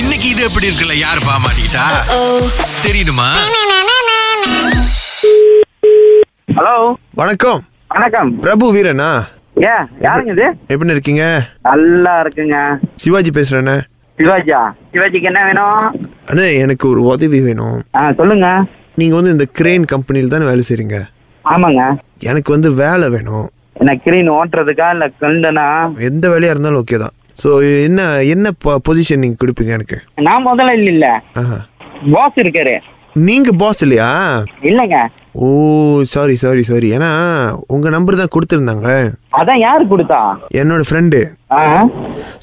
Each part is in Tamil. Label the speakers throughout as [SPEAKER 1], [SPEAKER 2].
[SPEAKER 1] இன்னைக்கு இது எப்படி இருக்குல்ல யாரு பாமாட்டா தெரியுமா
[SPEAKER 2] ஹலோ
[SPEAKER 3] வணக்கம்
[SPEAKER 2] வணக்கம்
[SPEAKER 3] பிரபு வீரனா
[SPEAKER 2] ஏ யாருங்க இது
[SPEAKER 3] எப்படி இருக்கீங்க
[SPEAKER 2] நல்லா இருக்குங்க
[SPEAKER 3] சிவாஜி பேசுறேண்ணே
[SPEAKER 2] சிவாஜியா சிவாஜிக்கு என்ன வேணும்
[SPEAKER 3] அண்ணே எனக்கு ஒரு உதவி வேணும்
[SPEAKER 2] ஆ சொல்லுங்க
[SPEAKER 3] நீங்க வந்து இந்த கிரேன் கம்பெனியில் தானே வேலை செய்றீங்க
[SPEAKER 2] ஆமாங்க
[SPEAKER 3] எனக்கு வந்து வேலை வேணும்
[SPEAKER 2] என்ன கிரீன் ஓட்டுறதுக்கா இல்ல கண்டனா
[SPEAKER 3] எந்த வேலையா இருந்தாலும் ஓகே தான் ஸோ என்ன என்ன பொசிஷன் நீங்க கொடுப்பீங்க எனக்கு
[SPEAKER 2] நான் முதல்ல இல்ல இல்ல
[SPEAKER 3] ஆஹா
[SPEAKER 2] பாஸ் இருக்காரு
[SPEAKER 3] நீங்க பாஸ் இல்லையா
[SPEAKER 2] இல்லைங்க
[SPEAKER 3] ஓ சாரி சாரி சாரி ஏன்னா உங்க நம்பர் தான் கொடுத்துருந்தாங்க
[SPEAKER 2] அதான் யாரு கொடுத்தா
[SPEAKER 3] என்னோட ஃப்ரெண்டு
[SPEAKER 2] ஆ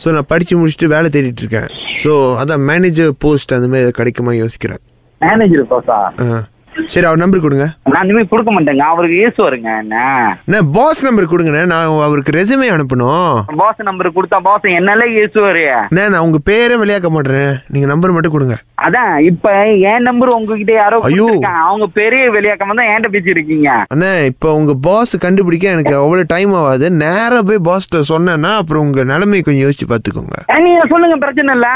[SPEAKER 3] ஸோ நான் படிச்சு முடிச்சுட்டு வேலை தேடிட்டு இருக்கேன் ஸோ அதான் மேனேஜர் போஸ்ட் அந்த மாதிரி கிடைக்குமா யோசிக்கிறேன்
[SPEAKER 2] மேனேஜர் பாஸா
[SPEAKER 3] ஆ சரி அவர் நம்பர் கொடுங்க
[SPEAKER 2] நான் இனிமே கொடுக்க மாட்டேங்க அவருக்கு யூஸ் வருங்க என்ன
[SPEAKER 3] அண்ணா பாஸ் நம்பர் கொடுங்கண்ணே நான் அவருக்கு ரெசுமே அனுப்பணும்
[SPEAKER 2] பாஸ் நம்பர் கொடுத்தா பாஸ் என்னால யூஸ் வரு
[SPEAKER 3] அண்ணே நான் உங்க பேரே வெளியாக்க மாட்டேன் நீங்க நம்பர் மட்டும் கொடுங்க
[SPEAKER 2] அதான் இப்ப என் நம்பர் உங்ககிட்ட யாரோ
[SPEAKER 3] ஐயோ.
[SPEAKER 2] கொடுத்திருக்காங்க. அவங்க பெரிய வெளியாக்கம் தான் என்கிட்ட பேசிருக்கீங்க
[SPEAKER 3] அண்ணே இப்போ உங்க பாஸ் கண்டுபிடிக்க எனக்கு அவ்வளோ டைம் ஆகாது நேரா போய் பாஸ்கிட்ட சொன்னேன்னா அப்புறம் உங்க நிலைமையை கொஞ்சம் யோசிச்சு பார்த்துக்கோங்க
[SPEAKER 2] ஆ, நீங்க சொல்லுங்க பிரச்சனை இல்ல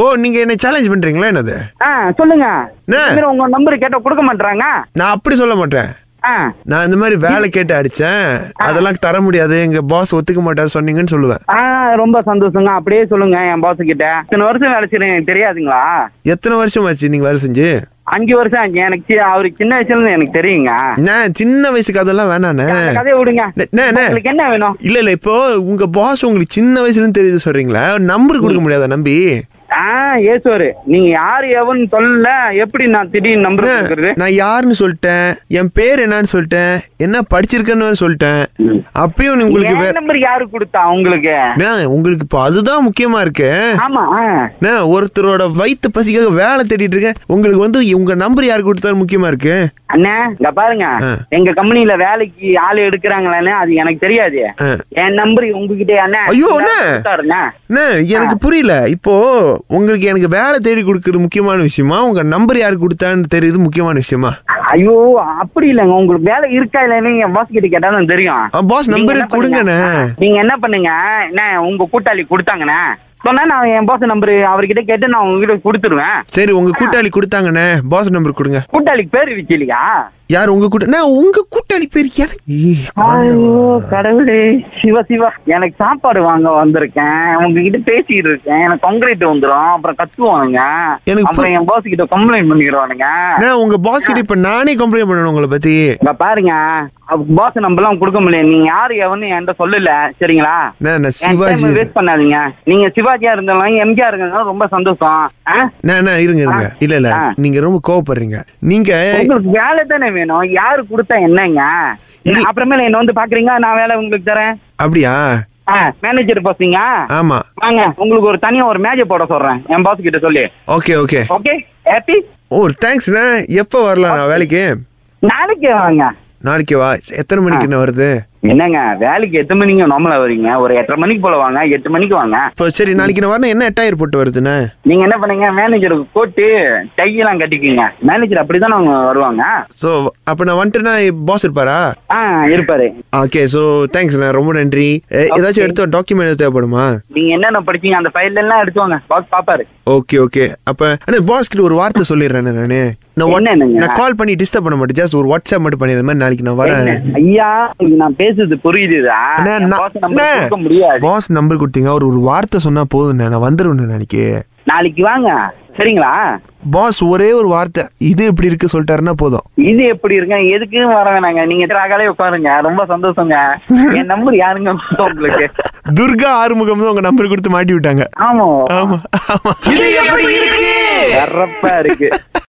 [SPEAKER 3] ஓ நீங்க என்ன சேலஞ்ச் பண்றீங்களா என்னது
[SPEAKER 2] ஆ சொல்லுங்க
[SPEAKER 3] என்ன?
[SPEAKER 2] இந்த மாதிரி உங்க நம்பர் கேட்டா கொடுக்க மாட்டாங்க
[SPEAKER 3] நான் அப்படி சொல்ல மாட்டேன்
[SPEAKER 2] ஆ
[SPEAKER 3] நான் இந்த மாதிரி வேலை கேட்டு அடிச்சேன் அதெல்லாம் தர முடியாது எங்க பாஸ் ஒத்துக்க மாட்டாரு சொன்னீங்கன்னு சொல்லுவேன்
[SPEAKER 2] ஆ ரொம்ப சந்தோஷங்க அப்படியே சொல்லுங்க என் பாஸ் கிட்ட இத்தனை வருஷம் வேலை செய்றேன், எனக்கு தெரியாதுங்களா
[SPEAKER 3] எத்தனை வருஷம் ஆச்சு நீங்க வேலை செஞ்சு
[SPEAKER 2] அஞ்சு வருஷம் ஆச்சு. எனக்கு சி- அவரு சின்ன வயசுல இருந்து எனக்கு தெரியுங்க
[SPEAKER 3] நான் சின்ன வயசுக்கு அதெல்லாம் வேணாண்ணே
[SPEAKER 2] அந்த கதையை விடுங்க
[SPEAKER 3] அண்ணே, அண்ணே, அண்ணே.
[SPEAKER 2] உங்களுக்கு என்ன வேணும்
[SPEAKER 3] இல்ல இல்ல இப்போ உங்க பாஸ் உங்களுக்கு சின்ன வயசுல இருந்து தெரியுது சொல்றீங்களா நம்பர் கொடுக்க முடியாதா நம்பி
[SPEAKER 2] ஆ ஏசுவாரு நீங்க யாரு எவன்னு சொல்லல எப்படி நான் திடீர்னு நம்பர் கொடுக்கறது
[SPEAKER 3] நான் யாருன்னு சொல்லிட்டேன் என் பேர் என்னன்னு சொல்லிட்டேன் என்ன படிச்சிருக்கேன்னு சொல்லிட்டேன் அப்பயும் நீ உங்களுக்கு
[SPEAKER 2] என்
[SPEAKER 3] வேற
[SPEAKER 2] நம்பர் யாரு கொடுத்தா உங்களுக்கு
[SPEAKER 3] அண்ணே, உங்களுக்கு இப்போ அதுதான் முக்கியமா இருக்கு
[SPEAKER 2] ஆமா ஆ.
[SPEAKER 3] அண்ணே, ஒருத்தரோட வயித்து பசிக்காக வேலை தேடிட்டு இருக்கேன் உங்களுக்கு வந்து உங்க நம்பர் யார் கொடுத்தாரு முக்கியமா இருக்கு
[SPEAKER 2] அண்ணே இங்க பாருங்க
[SPEAKER 3] ஆ.
[SPEAKER 2] எங்க கம்பெனில வேலைக்கு ஆள் எடுக்கிறாங்களான்னு அது எனக்கு தெரியாது
[SPEAKER 3] ஆ.
[SPEAKER 2] என் நம்பர் உங்ககிட்ட அண்ணே
[SPEAKER 3] ஐயோ, அண்ணே.
[SPEAKER 2] கொடுத்தாருண்ணே.
[SPEAKER 3] அண்ணே, எனக்கு புரியல இப்போ உங்களுக்கு எனக்கு வேலை தேடி கொடுக்கறது முக்கியமான விஷயமா உங்க நம்பர் யார் கொடுத்தான்னு தெரியுது முக்கியமான விஷயமா
[SPEAKER 2] ஐயோ அப்படி இல்லைங்க உங்களுக்கு வேலை இருக்கா இல்லைன்னு என் பாஸ் கிட்ட கேட்டாலும் தெரியும்
[SPEAKER 3] பாஸ்
[SPEAKER 2] நீங்க
[SPEAKER 3] நம்பர்
[SPEAKER 2] என்ன பண்ணுங்க?
[SPEAKER 3] கொடுங்கண்ணே
[SPEAKER 2] நீங்க என்ன பண்ணுங்க என்ன உங்க கூட்டாளி கொடுத்தாங்கண்ணே சொன்னா நான் என் பாஸ் நம்பர் அவர்கிட்ட கேட்டு நான் உங்ககிட்ட கொடுத்துருவேன்
[SPEAKER 3] சரி உங்க கூட்டாளி கொடுத்தாங்கண்ணே பாஸ் நம்பர் கொடுங்க
[SPEAKER 2] கூட்டாளிக்கு பேர் வச்சிலையா
[SPEAKER 3] யார் உங்க கூட்ட நான் உங்க கூட்டாளி பேர் எனக்கு ஏய்,
[SPEAKER 2] ஐயோ
[SPEAKER 3] ஆண்டவா.
[SPEAKER 2] கடவுளே சிவா சிவா எனக்கு சாப்பாடு வாங்க வந்திருக்கேன் உங்ககிட்ட பேசிட்டு இருக்கேன் எனக்கு கான்கிரீட் வந்துரும் அப்புறம் கத்துவானுங்க
[SPEAKER 3] எனக்கு பு-
[SPEAKER 2] அப்புறம் என் பாஸ் கிட்ட கம்ப்ளைண்ட் பண்ணிடுவானுங்க
[SPEAKER 3] நான் உங்க பாஸ் கிட்ட இப்ப நானே கம்ப்ளைண்ட் பண்ணணும் உங்களை பத்தி
[SPEAKER 2] இங்க பாருங்க பாஸ் நம்பர்லாம் கொடுக்க முடியல நீங்க யாரு எவன்னு என்கிட்ட சொல்லல சரிங்களா
[SPEAKER 3] நான் நான்
[SPEAKER 2] என்
[SPEAKER 3] சிவாஜி
[SPEAKER 2] டைம் வேஸ்ட் பண்ணாதீங்க நீங்க சிவாஜியா இருந்தாலும் எம்ஜிஆர் இருந்தாலும் ரொம்ப சந்தோஷம் ஆ?
[SPEAKER 3] நான் நான் இருங்க இருங்க இல்ல இல்ல
[SPEAKER 2] ஆ.
[SPEAKER 3] நீங்க ரொம்ப கோவப்படுறீங்க நீங்க
[SPEAKER 2] உங்களுக்கு வேலை தானே வேணும் யாரு கொடுத்தா என்னங்க
[SPEAKER 3] இது-
[SPEAKER 2] அப்புறமேல என்ன வந்து பாக்குறீங்க நான் வேலை உங்களுக்கு தரேன்
[SPEAKER 3] அப்படியா
[SPEAKER 2] மேனேஜர் பாசிங்க
[SPEAKER 3] ஆமா
[SPEAKER 2] வாங்க உங்களுக்கு ஒரு தனியா ஒரு மேஜை போட சொல்றேன் என் பாஸ் கிட்ட சொல்லி
[SPEAKER 3] okay okay
[SPEAKER 2] okay happy
[SPEAKER 3] oh தேங்க்ஸ்ண்ணா எப்போ வரலாம் நான் வேலைக்கு
[SPEAKER 2] நாளைக்கே வாங்க
[SPEAKER 3] நாளைக்கு வா எத்தனை மணிக்கு என்ன வருது
[SPEAKER 2] என்னங்க வேலைக்கு எட்டு மணிக்கு நம்மள வரீங்க ஒரு எட்டரை மணிக்கு போல வாங்க எட்டு மணிக்கு வாங்க
[SPEAKER 3] இப்போ சரி நாளைக்கு நான் வரேன் என்ன எட்டாயிரம் போட்டு வருதுண்ணே
[SPEAKER 2] நீங்க என்ன பண்ணுங்க மேனேஜருக்கு போட்டு டையெல்லாம் கட்டிக்கீங்க மேனேஜர் அப்படிதான் அவங்க வருவாங்க
[SPEAKER 3] ஸோ அப்போ நான் வந்துட்டுனா பாஸ் இருப்பாரா
[SPEAKER 2] ஆ இருப்பாரு
[SPEAKER 3] ஓகே ஸோ தேங்க்ஸ்ண்ணா ரொம்ப நன்றி எ- ஏதாச்சும் எடுத்து டாக்குமெண்ட் தேவைப்படுமா
[SPEAKER 2] நீங்க என்னென்ன படிச்சீங்க அந்த ஃபைல் எல்லாம் எடுத்து வாங்க பாஸ் பாப்பாரு
[SPEAKER 3] ஓகே ஓகே அப்ப அண்ணா பாஸ் கிட்ட ஒரு வார்த்தை சொல்லிடுறேன் நானு நான் what-
[SPEAKER 2] என்னன்னுங்க?
[SPEAKER 3] நான் கால் பண்ணி டிஸ்டர்ப் பண்ண மாட்டேன் ஜஸ்ட் ஒரு வாட்ஸ்அப் மட்டும் பண்ணி இந்த மாதிரி நாளைக்கு நான் வரேன்
[SPEAKER 2] என்ன? ஐயா உங்களுக்கு நான் பேசுறது புரியுதுதா என் boss number கொடுக்க முடியாது
[SPEAKER 3] பாஸ் நம்பர் கொடுத்தீங்க அவர் ஒரு வார்த்தை சொன்னா போதும் நான் வந்துருவேன் நாளைக்கு
[SPEAKER 2] நாளைக்கு வாங்க சரிங்களா
[SPEAKER 3] பாஸ் ஒரே ஒரு வார்த்தை இது இப்படி இருக்கு சொல்லிட்டாருன்னா போதும்
[SPEAKER 2] இது எப்படி இருக்க எதுக்கும் வர வேணாங்க நீங்க ராகாலே உட்காருங்க ரொம்ப சந்தோஷங்க என் நம்பர் யாருங்க கொடுத்தா உங்களுக்கு
[SPEAKER 3] துர்கா ஆறுமுகம் தான் உங்க நம்பர் கொடுத்து மாட்டி விட்டாங்க
[SPEAKER 2] ஆமா
[SPEAKER 3] ஆமா ஆமா
[SPEAKER 2] வரப்பா இருக்கு